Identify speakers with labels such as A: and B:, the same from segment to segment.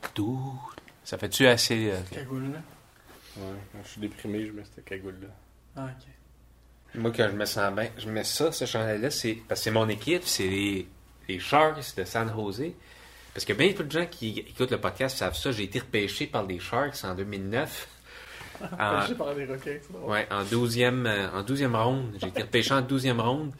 A: partout. Ça fait-tu assez. euh, que-
B: Cagoule, là.
C: Ouais, quand je suis déprimé, je mets cette cagoule-là.
B: Ah, ok.
C: Moi, quand je me sens bien, je mets ça, ce chandail-là, c'est parce que c'est mon équipe, c'est les, les Sharks de San Jose. Parce que bien peu de gens qui écoutent le podcast savent ça, j'ai été repêché par les Sharks en 2009. En-
B: Je parle des requins, c'est drôle.
C: ouais, en 12e, euh, en 12e ronde. J'ai été repêché en 12e ronde.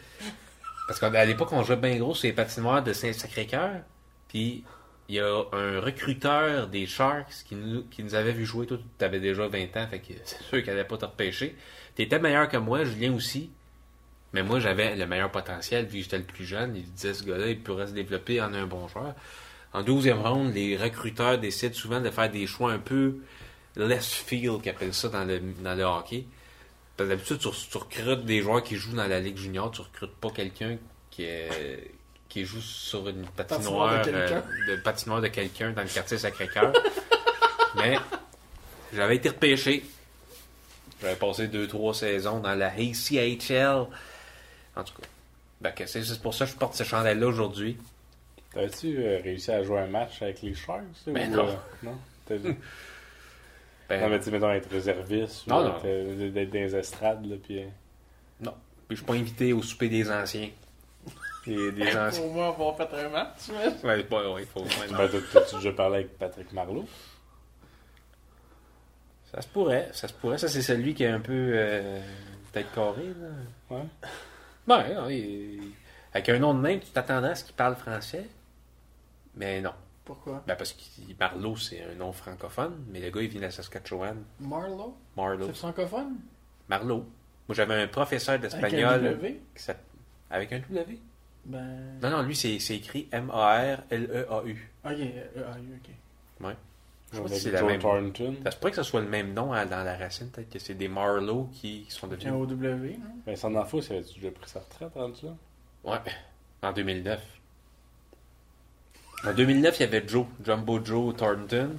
C: Parce qu'à l'époque, on jouait bien gros sur les patinoires de Saint-Sacré-Cœur. Puis il y a un recruteur des Sharks qui nous, qui nous avait vu jouer. Toi, tu avais déjà 20 ans, fait que c'est sûr qu'il n'allait pas te repêcher. Tu étais meilleur que moi, Julien aussi. Mais moi, j'avais le meilleur potentiel, vu que j'étais le plus jeune. Il disait, ce gars-là, il pourrait se développer en un bon joueur. En 12e ronde, les recruteurs décident souvent de faire des choix un peu less field, qu'ils appellent ça dans le, dans le hockey. Parce que d'habitude, tu, tu recrutes des joueurs qui jouent dans la Ligue Junior, tu recrutes pas quelqu'un qui, est- qui joue sur une patinoire,
B: Patinoire de quelqu'un.
C: euh, de patinoire de quelqu'un dans le quartier Sacré-Cœur. Mais j'avais été repêché. J'avais passé deux, trois saisons dans la ACHL. En tout cas, ben, que c'est c'est pour ça que je porte ce chandail-là aujourd'hui.
D: T'as-tu euh, réussi à jouer un match avec les Sharks? là,
C: Ben
D: ou,
C: non.
D: euh, non? T'as- non,
C: Ben,
D: mais tu sais, mettons, être réserviste, ou
C: Non, non.
D: être, euh, d'être dans les estrades, là, puis... euh,
C: Je suis pas invité au souper des anciens. Des, des anciens.
B: Au moins, on va en faire un match, mais-
C: Ouais, ouais, ouais, faut- ouais, non.
D: Ben, t'as- T'as-tu déjà parlé avec Patrick Marleau?
C: Ça se pourrait, ça se pourrait. Ça, c'est celui qui est un peu euh, peut-être carré. Là.
D: Ouais.
C: Ben, ouais, il- avec un nom de même, tu t'attendais à ce qu'il parle français. Mais non.
B: Pourquoi?
C: Ben, parce que Marlowe, c'est un nom francophone, mais le gars, il vient de la Saskatchewan.
B: Marlowe?
C: Marlowe.
B: C'est francophone?
C: Marlowe. Moi, j'avais un professeur
B: Avec un
C: d'espagnol.
B: W?
C: qui s'app- Avec un W?
B: Ben.
C: Non, non, lui, c'est c'est écrit M-A-R-L-E-A-U.
B: Ok, euh, ah, oui, ok.
C: Je sais
D: On
C: pas
D: a
C: si c'est
D: vu
C: la
D: Joe
C: même.
D: Thornton.
C: Ça se pourrait que ce soit le même nom hein, dans la racine. Peut-être que c'est des Marlowe qui, qui sont
B: C'est un
C: devenus.
B: OW, non?
D: Vincent D'Anfos, il avait-tu déjà pris sa retraite, rendu là?
C: Ouais, en 2009. En 2009, il y avait Joe, Jumbo Joe Thornton.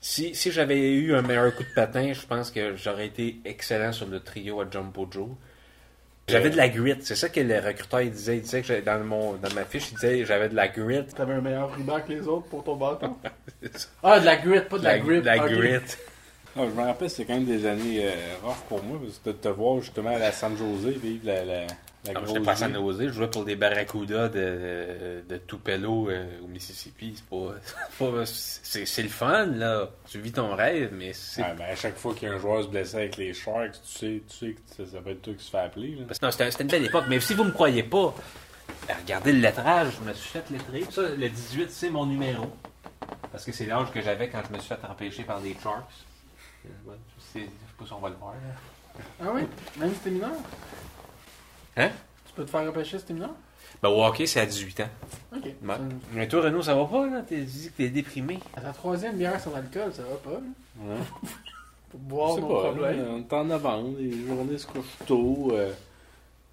C: Si, si j'avais eu un meilleur coup de patin, je pense que j'aurais été excellent sur le trio à Jumbo Joe. J'avais de la grit, c'est ça que le recruteur il disait. Il disait que j'avais- dans, mon, dans ma fiche, il disait j'avais de la grit.
B: T'avais un meilleur ruban que les autres pour ton bâton? ah, de la grit, pas de la, grip.
C: de la
B: ok.
C: grit.
D: Non, Ah, je me rappelle, c'était quand même des années euh, rares pour moi, parce que de te voir justement à la San Jose vivre la, la, la
C: Ah,
D: grosse
C: J'étais pas à San
D: vie.
C: Jose, je jouais pour des Barracudas de, de Tupelo euh, au Mississippi. C'est pas- c'est pas- c'est- c'est le fun, là. Tu vis ton rêve, mais c'est
D: Ouais, ben, à chaque fois qu'il y a un joueur se blessé avec les Sharks, tu sais, tu sais que ça, ça va être toi qui se fait appeler. Là.
C: Parce que non, c'était c'était une belle époque, mais si vous me croyez pas, ben, regardez le lettrage, je me suis fait lettrer. Ça, le 18, c'est mon numéro. Parce que c'est l'âge que j'avais quand je me suis fait empêcher par les Sharks. Euh, ouais, c'est- Je sais pas si on va le voir. là.
B: Ah oui? Même si t'es mineur?
C: Hein?
B: Tu peux te faire repêcher si t'es mineur?
C: Ben, au hockey, c'est à 18 ans.
B: Ok.
C: Ouais.
B: Ça nous-
C: Mais toi, Renaud, ça va pas, là? T'es dit que t'es déprimé.
B: À ta troisième bière sans alcool, ça va pas, là?
D: Ouais.
B: Pour
D: Je
B: boire
D: sais
B: nos
D: pas,
B: problèmes.
D: là, on est en novembre, les journées se couchent tôt. euh,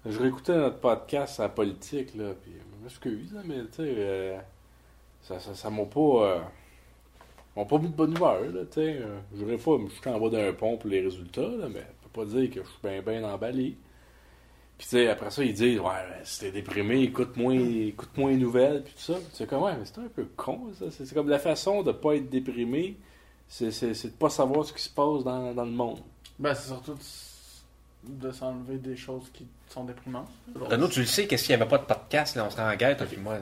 D: je réécoutais notre podcast à la politique, là, puis je m'excuse, là, mais tu sais, euh, ça, ça, ça m'a pas... euh, m'a pas mis de bonne humeur, là, tu sais. euh, Je dirais pas me jeter en bas d'un pont pour les résultats, là, mais je peux pas dire que je suis bien, bien emballé. Puis, tu sais, après ça, ils disent, ouais, ben, si t'es déprimé, écoute moins, écoute moins les nouvelles, puis tout ça. Puis Tu sais, comme, ouais, mais c'est un peu con, ça. C'est c'est comme la façon de pas être déprimé, c'est c'est- c'est de pas savoir ce qui se passe dans, dans le monde.
B: Ben, c'est surtout de s- de s'enlever des choses qui sont déprimantes.
C: Renaud, tu le sais que s'il n'y avait pas de podcast, là, on serait en guerre, toi, puis moi. là.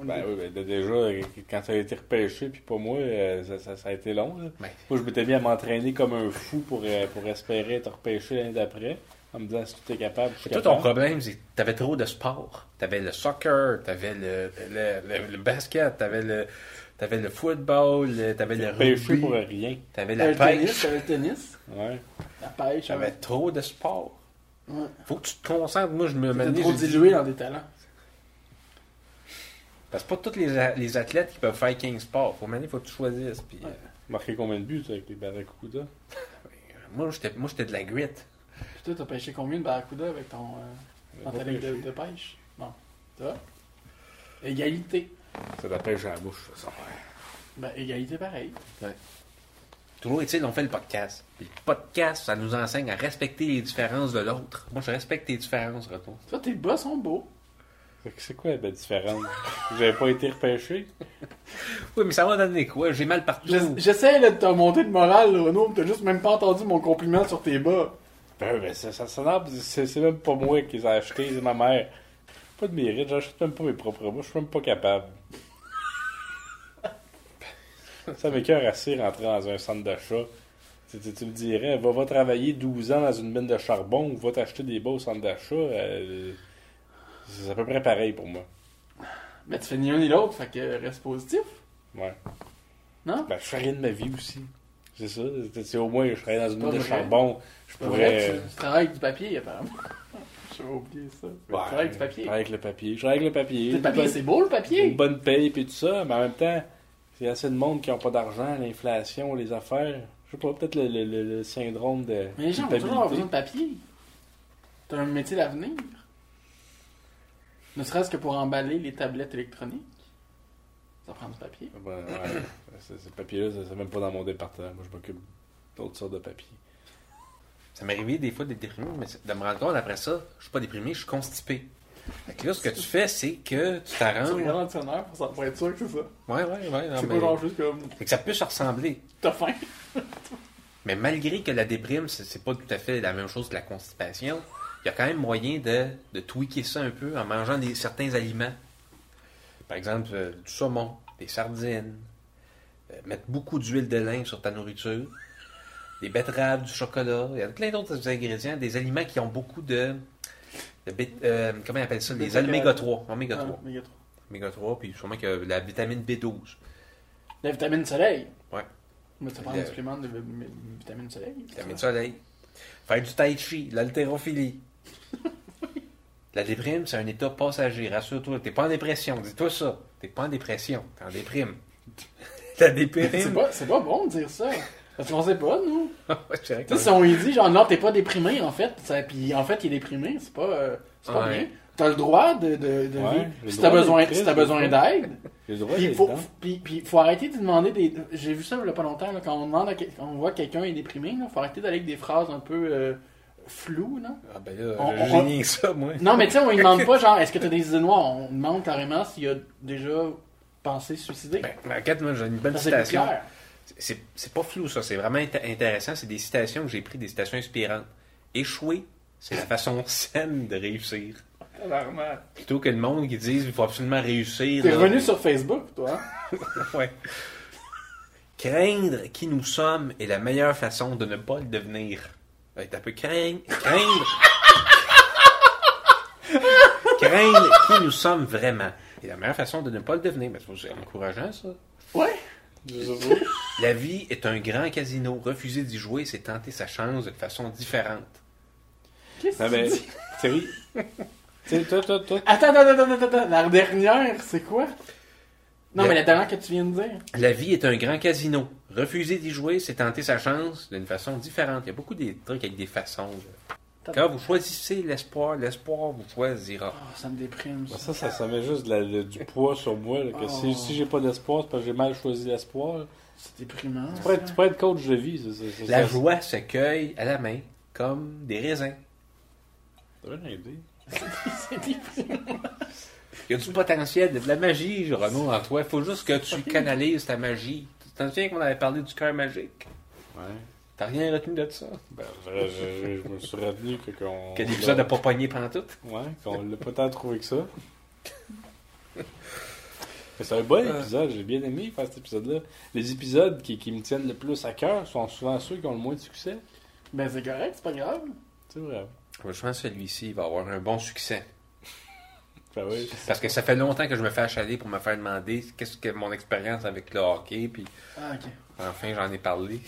B: On
D: Ben
B: est-
D: oui, ben, déjà, euh, quand ça a été repêché, puis pas moi, euh, ça, ça- ça a été long. là.
C: Ben.
D: Moi, je m'étais mis à m'entraîner comme un fou pour, euh, pour espérer être repêché l'année d'après, en me disant si tu es capable. je suis
C: Et toi, ton
D: capable.
C: problème, c'est que t'avais trop de sport. T'avais le soccer, t'avais le, le, le, le basket, t'avais le, t'avais le football, le- t'avais le
D: Pêché
C: rugby,
D: pour rien.
C: t'avais
B: T'avais
C: la
B: Euh, le tennis,
C: pêche.
B: t'avais le tennis,
D: Ouais.
B: la pêche.
C: J'avais trop de sport.
B: Ouais.
C: Faut que tu te concentres. Moi, je me
B: T'étais
C: menais,
B: trop
C: j'ai dit-
B: dilué dans des talents.
C: Parce que pas tous les, a- les athlètes qui peuvent faire 15 sports. Faut mener, faut que tu choisisses. Puis,
B: Ouais.
C: euh,
D: Marqué combien de buts toi, avec les Barracuda
C: moi, j'étais, moi, j'étais de la grit.
B: Puis toi, t'as pêché combien de barracuda avec ton. euh, dans ta ligue de, de pêche Non. Ça Égalité.
D: Ça la pêche à la bouche, de toute façon.
B: Ben, égalité pareil.
C: Toujours est-il, on fait le podcast. Puis le podcast, ça nous enseigne à respecter les différences de l'autre. Moi, je respecte tes différences, retour.
B: Toi, tes bas sont beaux.
D: Fait que C'est quoi la différence? J'avais pas été repêché?
C: Oui, mais ça m'a donné quoi? J'ai mal partout.
B: J'ess- J'essaie là, de te monter de morale, là, Renaud, mais t'as juste même pas entendu mon compliment sur tes bas.
D: Ben, ben ça, ça, ça n'a- c'est c'est même pas moi qui les ai achetés, c'est ma mère. Pas de mérite, j'achète même pas mes propres bas, je suis même pas capable. ça m'écœure assez rentrer dans un centre d'achat. Tu, tu, tu me dirais, va, va travailler 12 ans dans une mine de charbon ou va t'acheter des bas au centre d'achat. euh, c'est à peu près pareil pour moi.
B: Mais tu fais ni un ni l'autre, fait que reste positif.
D: Ouais.
B: Non?
D: Ben, je fais rien de ma vie aussi. C'est ça. c'est- c'est- au moins, je serais dans une mine
B: Pas
D: de
B: vrai.
D: charbon. Je
B: Pour vrai, euh,
D: pourrais.
B: tu, tu travailles avec du papier, apparemment. J'avais oublié ça. Tu
D: Ouais,
B: travailles avec du papier.
D: je travaille Avec le papier. Je travaille avec le papier.
B: Le papier, c'est beau, le papier.
D: une bonne paye puis tout ça, mais en même temps, il y a assez de monde qui n'ont pas d'argent, l'inflation, les affaires. Je sais pas, peut-être le, le- le- le syndrome de.
B: Mais les gens ont
D: culpabilité.
B: toujours avoir besoin de papier. T'as un métier d'avenir. Ne serait-ce que pour emballer les tablettes électroniques. Ça prend du papier.
D: Ben, ouais. ce, ce papier-là, c'est- c'est même pas dans mon département. Moi, je m'occupe d'autres sortes de papier.
C: Ça m'arrivait des fois d'être déprimé, mais c'est- de me rendre compte après ça, je suis pas déprimé, je suis constipé. Fait que là, ce que tu fais, c'est que tu
B: Tu
C: t'arranges.
B: regardes l'entraîneur pour, s'en- pour être sûr que c'est ça.
C: Ouais, ouais, ouais. Hein? non,
B: c'est
C: mais-
B: pas genre juste comme
C: Fait que ça peut se ressembler.
B: t'as faim.
C: Mais malgré que la déprime, c'est- c'est pas tout à fait la même chose que la constipation, il y a quand même moyen de, de tweaker ça un peu en mangeant des, certains aliments. Par exemple, euh, du saumon, des sardines, euh, mettre beaucoup d'huile de lin sur ta nourriture, des betteraves, du chocolat, il y a plein d'autres ingrédients, des aliments qui ont beaucoup de. de bét- euh, comment on appelle ça Les
B: Bêta-carotène.
C: oméga 3. Oméga 3.
B: Ah, oméga 3.
C: Oméga 3, puis sûrement que la vitamine B12.
B: La vitamine soleil.
C: Ouais.
B: Mais tu prends
C: Le-
B: un supplément de vi- vi- vitamine soleil.
C: Vitamine soleil. Faire du tai chi, de l'haltérophilie. La déprime, c'est un état passager, rassure-toi. T'es pas en dépression, dis-toi ça. T'es pas en dépression, t'es en déprime. La
B: C'est
C: déprime.
B: pas, c'est pas bon de dire ça. Parce qu'on sait pas, nous.
C: Ouais, c'est vrai que
B: Tu sais, si on lui dit, genre, non, t'es pas déprimé, en fait, ça- puis en fait, il est déprimé, c'est pas, euh, c'est pas
C: Ouais.
B: bien. T'as le droit de, de, de
D: Ouais,
B: vivre.
D: j'ai le
B: Si
D: droit
B: t'as
D: d'être
B: besoin,
D: triste,
B: si t'as
D: j'ai le
B: besoin
D: droit.
B: d'aide,
D: J'ai le droit
B: puis
D: d'être
B: faut,
D: dedans.
B: puis- puis faut arrêter de demander des. J'ai vu ça il y a pas longtemps, là, quand on demande, à quel- quand on voit que quelqu'un est déprimé, il faut arrêter d'aller avec des phrases un peu euh, floues, non?
C: Ah ben là,
B: On-
C: j'ai
B: on-
C: rien que ça, moi.
B: Non, mais tu sais, on lui demande pas, genre, est-ce que t'as des idées noires? On demande carrément s'il a déjà pensé se suicider.
C: Ben, ben, regarde, moi, j'ai une bonne
B: Ça, c'est plus
C: citation.
B: clair.
C: C'est c'est pas flou, ça. C'est vraiment int- intéressant. C'est des citations que j'ai prises, des citations inspirantes. Échouer, c'est la façon saine de réussir. Plutôt que le monde qui dise il faut absolument réussir.
B: T'es
C: là.
B: revenu sur Facebook, toi. hein?
C: Ouais. Craindre qui nous sommes est la meilleure façon de ne pas le devenir. Ouais, T'as peu craindre. Craindre. craindre qui nous sommes vraiment est la meilleure façon de ne pas le devenir. Ben, c'est encourageant, ça.
B: Ouais!
C: La vie est un grand casino. Refuser d'y jouer, c'est tenter sa chance de façon différente.
B: Qu'est-ce
D: Non,
B: que
D: mais,
B: tu dis?
D: Thierry, tu sais, toi, toi, toi,
B: Attends, attends, attends, attends, attends, la dernière, c'est quoi? Non,
C: La-
B: mais la dernière que tu viens de dire.
C: La vie est un grand casino. Refuser d'y jouer, c'est tenter sa chance d'une façon différente. Il y a beaucoup des trucs avec des façons. là. Quand vous choisissez l'espoir, l'espoir vous choisira.
B: Oh, ça me déprime.
D: Ben,
B: ça.
D: ça, ça, ça met juste de la- le- du poids sur moi. là, que
B: Oh.
D: si, si j'ai pas d'espoir, c'est parce que j'ai mal choisi l'espoir.
B: C'est déprimant.
D: Tu
B: ça.
D: pourrais, être- tu pourrais être coach de vie. ça, ça, ça,
C: La
D: ça-
C: joie se cueille à la main comme des raisins.
D: T'as bien aidé.
B: C'est déprimant.
C: Il y a du potentiel, il y a de la magie, Renaud, en toi. Il faut juste que tu canalises ta magie. Tu t'en souviens qu'on avait parlé du cœur magique?
D: Ouais.
C: T'as rien retenu de ça?
D: Ben, je, je- je- je me suis retenu que qu'on.
C: Que l'épisode n'a pas pogné pendant tout?
D: Ouais, qu'on l'a pas tant trouvé que ça. Mais C'est un bon épisode, j'ai bien aimé faire cet épisode-là. Les épisodes qui, qui me tiennent le plus à cœur sont souvent ceux qui ont le moins de succès.
B: Ben, c'est correct, c'est pas grave.
D: C'est vrai.
C: Je pense que celui-ci va avoir un bon succès.
D: Ben oui.
C: Parce que ça fait longtemps que je me fais achaler pour me faire demander qu'est-ce que mon expérience avec le hockey, puis
B: Ah, ok.
C: Enfin, j'en ai parlé.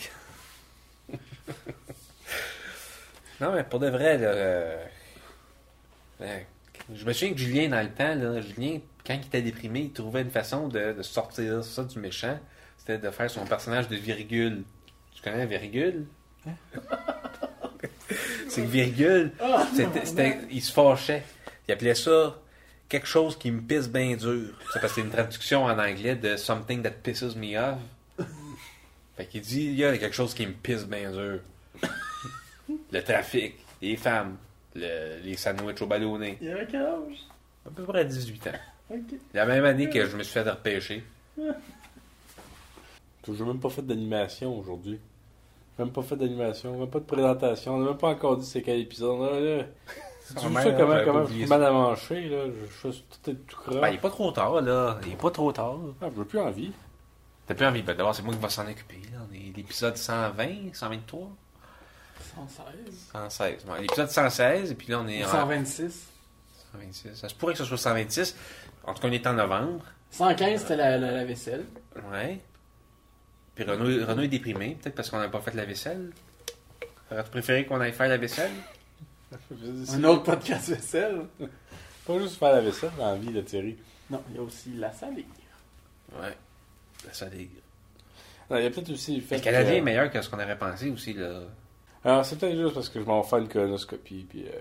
C: non, mais pour de vrai, là, euh, euh, je me souviens que Julien, dans le temps, là, Julien, quand il était déprimé, il trouvait une façon de, de sortir ça du méchant. C'était de faire son personnage de virgule. Tu connais virgule? C'est que virgule,
B: Ah,
C: c'était- c'était- il se fâchait. Il appelait ça quelque chose qui me pisse bien dur. C'est parce que c'est une traduction en anglais de something that pisses me off. Fait qu'il dit, il y a quelque chose qui me pisse bien dur. le trafic, les femmes, le- les sandwichs au ballonnet.
B: Il y a quel âge?
C: à peu près 18 ans.
B: Ok.
C: La même année que je me suis fait repêcher.
D: J'ai même pas fait d'animation aujourd'hui. J'ai Même pas fait d'animation, même pas de présentation, on a même pas encore dit c'est quel épisode. Là, là. Tu
A: Ah,
D: vois
A: merde,
D: ça
C: j'avais
D: comment,
C: pas
D: comment je
C: oublié
D: suis mal à manger, là. Je je suis tout, tout croche.
C: Ben, il est pas trop tard, là. Il est pas trop tard.
D: Ah, je veux plus envie.
C: T'as plus envie. Ben, d'abord, c'est moi qui vais s'en occuper. là. On est- L'épisode 120, 123,
B: 116.
C: 116. Bon, l'épisode 116, et puis là, on est en
B: 126.
C: 126. Ça se pourrait que ce soit 126. En tout cas, on est en novembre.
B: 115, c'était la, la- la vaisselle.
C: Ouais. Puis Renaud, Renaud est déprimé, peut-être parce qu'on n'a pas fait la vaisselle. Aurais-tu préféré qu'on aille faire la vaisselle?
B: Un autre podcast vaisselle.
D: Pas juste faire la vaisselle dans la vie, là, Thierry.
B: Non, il y a aussi la salée.
C: Ouais. La salle des-
D: Non, il y a peut-être aussi le fait
C: Le Canadien est
D: que-
C: meilleur que euh, ce qu'on aurait pensé aussi, là.
D: Alors, c'est peut-être juste parce que je m'en fais une colonoscopie, puis euh,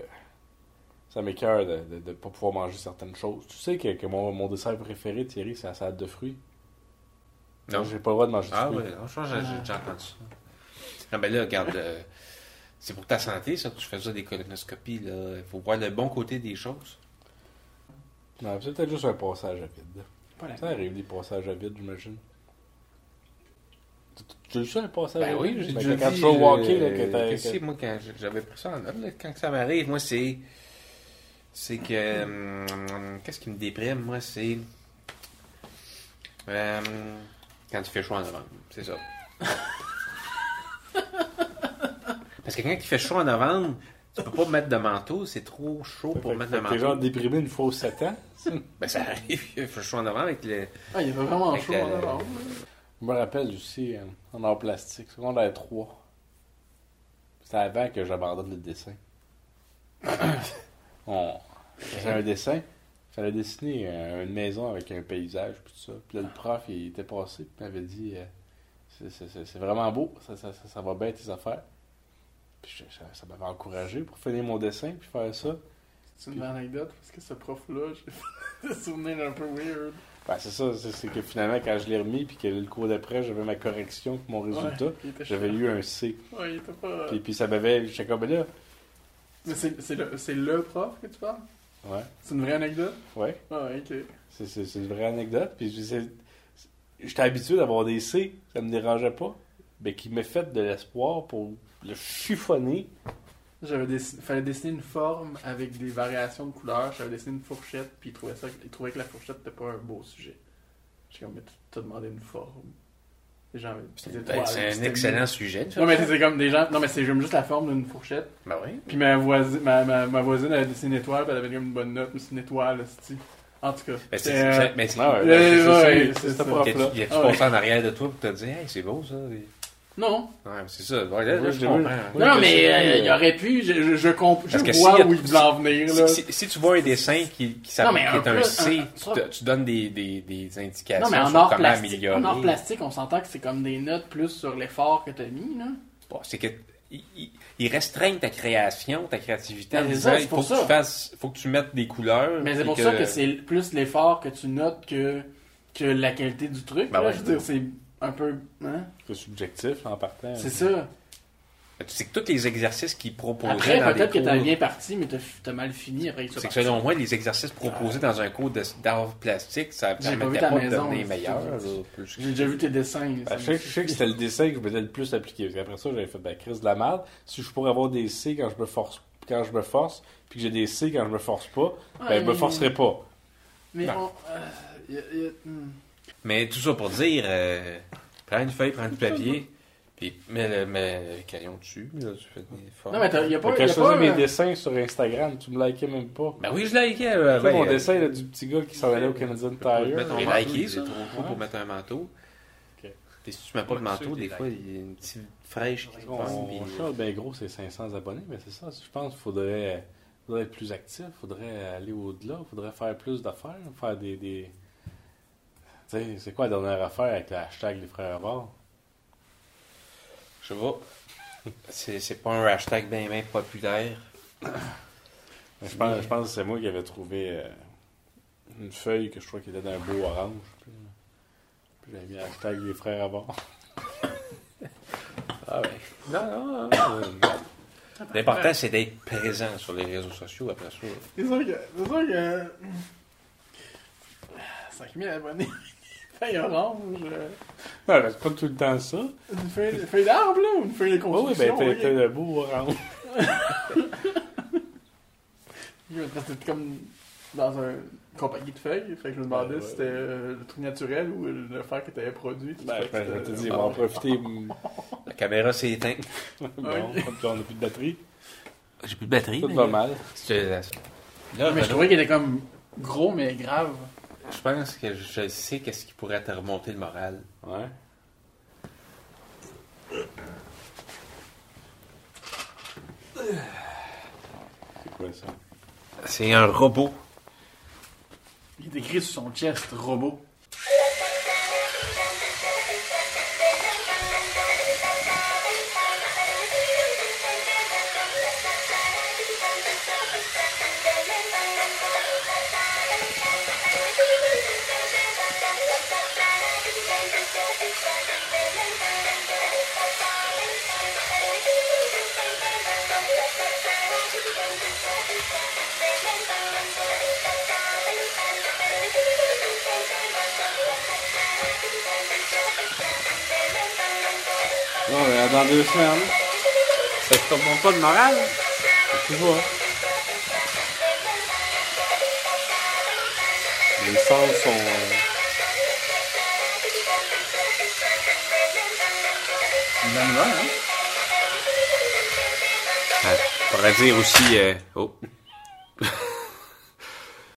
D: ça m'écœure de ne pas pouvoir manger certaines choses. Tu sais que, que mon, mon dessert préféré, Thierry, c'est la salade de fruits.
C: Non.
D: Non. J'ai pas le droit de manger de
C: Ah
D: fruits.
C: oui, je pense que j'ai déjà entendu ça. Non, ben là, regarde, euh, c'est pour ta santé, ça, que tu fais ça des colonoscopies, là. Il faut voir le bon côté des choses.
D: Non, c'est peut-être juste un passage à vide.
B: Pas la
D: Ça arrive des passages à vide, j'imagine. Tu- tu- Tu as eu ça, un passage à
C: Ben
D: vide?
C: oui, j'ai
D: Ben,
C: déjà dit...
D: Quand tu vas walker, là,
C: euh,
D: que t'as...
C: qu'est-ce que
D: que-
C: c'est, moi, quand j'- j'avais pris ça en note, là, quand ça m'arrive, moi, c'est... C'est que... hum, Qu'est-ce qui me déprime, moi, c'est... euh, quand tu fais chaud en novembre, c'est ça. Parce que quand il fait chaud en novembre, tu peux pas mettre de manteau, c'est trop chaud
D: Fait
C: pour
D: que-
C: mettre de
D: fait que T'es genre
C: manteau.
D: déprimé une fois aux 7 ans.
C: Ben, ça arrive, il fait chaud en novembre avec le...
B: Ah, il y avait vraiment
C: Avec
B: chaud
C: la-
B: en novembre.
D: Je me rappelle aussi, euh, en art plastique, secondaire 3. C'était avant que j'abandonne le dessin. On... J'avais un dessin. Fallait dessiner euh, une maison avec un paysage, puis tout ça. Puis là, le prof, il était passé, puis il m'avait dit euh, C'est- c'est- C'est c'est vraiment beau, ça, ça, ça, ça va bien tes affaires. Puis je- ça, ça m'avait encouragé pour finir mon dessin, puis faire ça.
B: C'est une anecdote parce que ce prof-là, j'ai des souvenirs un peu weird.
D: Ben, c'est ça, c'est c'est que finalement, quand je l'ai remis, puis que le cours d'après, j'avais ma correction pour mon résultat,
B: Ouais, il était
D: j'avais
B: chiant.
D: eu un C.
B: Ouais, il était pas.
D: Puis, puis ça m'avait. J'étais comme ben là.
B: Mais c'est c'est le, c'est le prof que tu parles
D: Ouais,
B: C'est une vraie anecdote
D: ouais.
B: Ah, ouais, ok.
D: C'est, c'est, c'est une vraie anecdote. Puis je- c'est- j'étais habitué d'avoir des C, ça me dérangeait pas. Mais qui m'a fait de l'espoir pour le chiffonner.
B: J'avais dessiné, fallait dessiner une forme avec des variations de couleurs. J'avais dessiné une fourchette, puis il trouvait, ça, il trouvait que la fourchette n'était pas un beau sujet. J'ai comme, mais tu t'as demandé une forme. Les gens avaient des étoiles,
C: Ben, C'est un
B: c'était
C: excellent sujet. de
B: mieux.
C: faire
B: Non, mais
C: ça.
B: c'est comme des gens. Non, mais c'est j'aime juste la forme d'une fourchette.
C: Ben oui.
B: Puis ma voisine, ma, ma, ma voisine avait dessiné une étoile, puis elle avait comme une bonne note, mais c'est une étoile, c'est En tout cas.
C: Ben, c'est-
B: euh,
C: c'est- ben, c'est-
D: Ah
B: Ouais,
D: ouais, c'est- c'est-
B: ouais,
D: c'est-
B: c'est
D: c'est
B: ça.
D: ce prof-là.
C: Il y a tout
B: Ah ouais.
C: passé en arrière de toi pour te dire, hey, c'est beau ça. Ouais,
B: Non,
C: mais c'est ça. Ouais, là,
D: Oui,
C: là,
D: je
C: je
D: l'ai
C: comprends.
D: vu.
C: hein.
D: Oui,
B: non,
D: mais
B: mais
D: c'est-
B: euh, il aurait pu, je, je, je, comp- je
C: Parce que
B: vois
C: s'il y a-
B: où il voulait en venir, là.
C: Si, si- si tu vois un dessin qui, qui
B: Non,
C: s'appelle
B: mais
C: qui
B: un
C: est un,
B: peu,
C: C,
B: un-
C: tu, te- tu donnes des, des, des indications
B: Non, mais en
C: sur
B: art,
C: comment
B: plastique,
C: améliorer.
B: en art plastique, on s'entend que c'est comme des notes plus sur l'effort que t'as mis, là.
C: Bon, c'est que ils- ils- ils restreignent ta création, ta créativité en
B: Mais c'est
C: disant
B: ça, c'est
C: il faut
B: pour
C: que
B: ça.
C: tu fasses, faut que tu mettes des couleurs.
B: Mais c'est
C: puis
B: pour ça que c'est plus l'effort que tu notes que, que la qualité du truc.
C: Ben
B: là.
C: ouais.
B: je veux dire, c'est un peu. Hein?
D: C'est subjectif en partant.
B: C'est ça.
C: Ben, Tu sais que tous les exercices qu'ils proposaient
B: Après,
C: dans
B: peut-être que
C: des
B: t'as
C: cours,
B: bien parti, mais t'as t'as mal fini après que tu
C: c'est que
B: sois
C: selon moi, les exercices proposés dans un cours de- d'art plastique, ça
B: J'ai pas vu
C: permettait
B: ta
C: pas de
B: maison,
C: devenir
B: c'est
C: meilleur.
B: tout.
C: là, plus-
B: parti. J'ai déjà vu tes dessins.
D: Ben,
B: ça
D: je,
B: me-
D: sais, je sais que c'était le dessin que je m'étais le plus appliqué. Parce qu'après ça, j'avais fait de la crise de la merde. Si je pourrais avoir des C quand je me force, quand je me force, puis que j'ai des C quand je me force pas, ben
B: Ouais,
D: je me forcerai pas.
B: Mais
C: Non.
B: bon, euh, y a- y a- hmm.
C: Mais tout ça pour dire, euh, prends une feuille, prends du papier, puis mets le, mets le crayon dessus. là, tu fais des formes.
B: Non, mais t'as- y a pas.
D: Fait
B: y
D: que
B: a
D: je
B: pas,
D: faisais mes
B: euh,
D: dessins sur Instagram, tu me likais même pas.
C: Ben oui, je l'ai liké.
D: Tu
C: Euh,
D: sais,
C: ben,
D: mon
C: euh,
D: dessin hein. là, du petit gars qui s'en allait au Canadian
C: je
D: Tire.
C: mets ton
B: Les
C: manteau,
B: Nike,
C: il est
B: ça.
C: trop chaud pour
D: Ouais.
C: mettre un manteau.
D: Ok.
C: Puis si tu mets pas de
A: Ouais,
C: manteau,
A: ceux
C: des
A: des
C: fois, il y a une petite fraîche qui
D: On,
C: passe,
D: on
C: puis-
D: charle bien ben gros, c'est 500 abonnés, mais c'est ça. Je pense qu'il faudrait, faudrait être plus actif, faudrait aller au-delà, faudrait faire plus d'affaires, faire des. des... Tu sais, c'est quoi la dernière affaire avec le hashtag les frères Avars?
C: Je sais pas. C'est, c'est pas un hashtag bien bien populaire.
D: Mais Je pense, je pense que c'est moi qui avais trouvé euh, une feuille que je crois qui était d'un beau orange. Puis, puis j'avais mis le hashtag les frères Avars.
C: Ah
D: ben.
C: ouais. Non, non, non, non. L'important, c'est d'être présent sur les réseaux sociaux après ça.
B: C'est sûr que. C'est sûr que. 5000 abonnés. Feuille orange. euh,
E: Non, mais c'est pas tout le temps ça.
B: Une feuille, une feuille d'arbre, là, ou une feuille de
E: Oh, oui,
B: construction?
E: ben, t'as-
B: oui.
E: t'as le beau orange.
B: Oui, parce que C'était comme dans un une compagnie de feuilles. Fait que je me demandais
E: Ouais, ouais.
B: si c'était euh, le truc naturel ou le fer que t'avais produit. puis
E: Ben,
B: fait que
E: je vais te
B: c'était-
E: dire, on va en profiter. mm. bon,
C: La caméra s'est éteinte.
E: on n'a plus de batterie.
D: J'ai plus de batterie.
E: Tout
D: mais-
E: va mal.
C: Là,
B: Mais je
C: Renaud,
B: trouvais qu'il était comme gros, mais grave.
C: je pense que je sais qu'est-ce qui pourrait te remonter le moral.
E: Ouais. C'est quoi ça?
C: C'est un robot.
B: Il est écrit sur son chest, robot.
E: Non, mais Ah, dans deux semaines,
C: Ça te remonte pas le moral?
E: tu vois. Les sens sont. euh,
B: Il en a, hein?
C: On pourrait dire aussi... euh, Oh,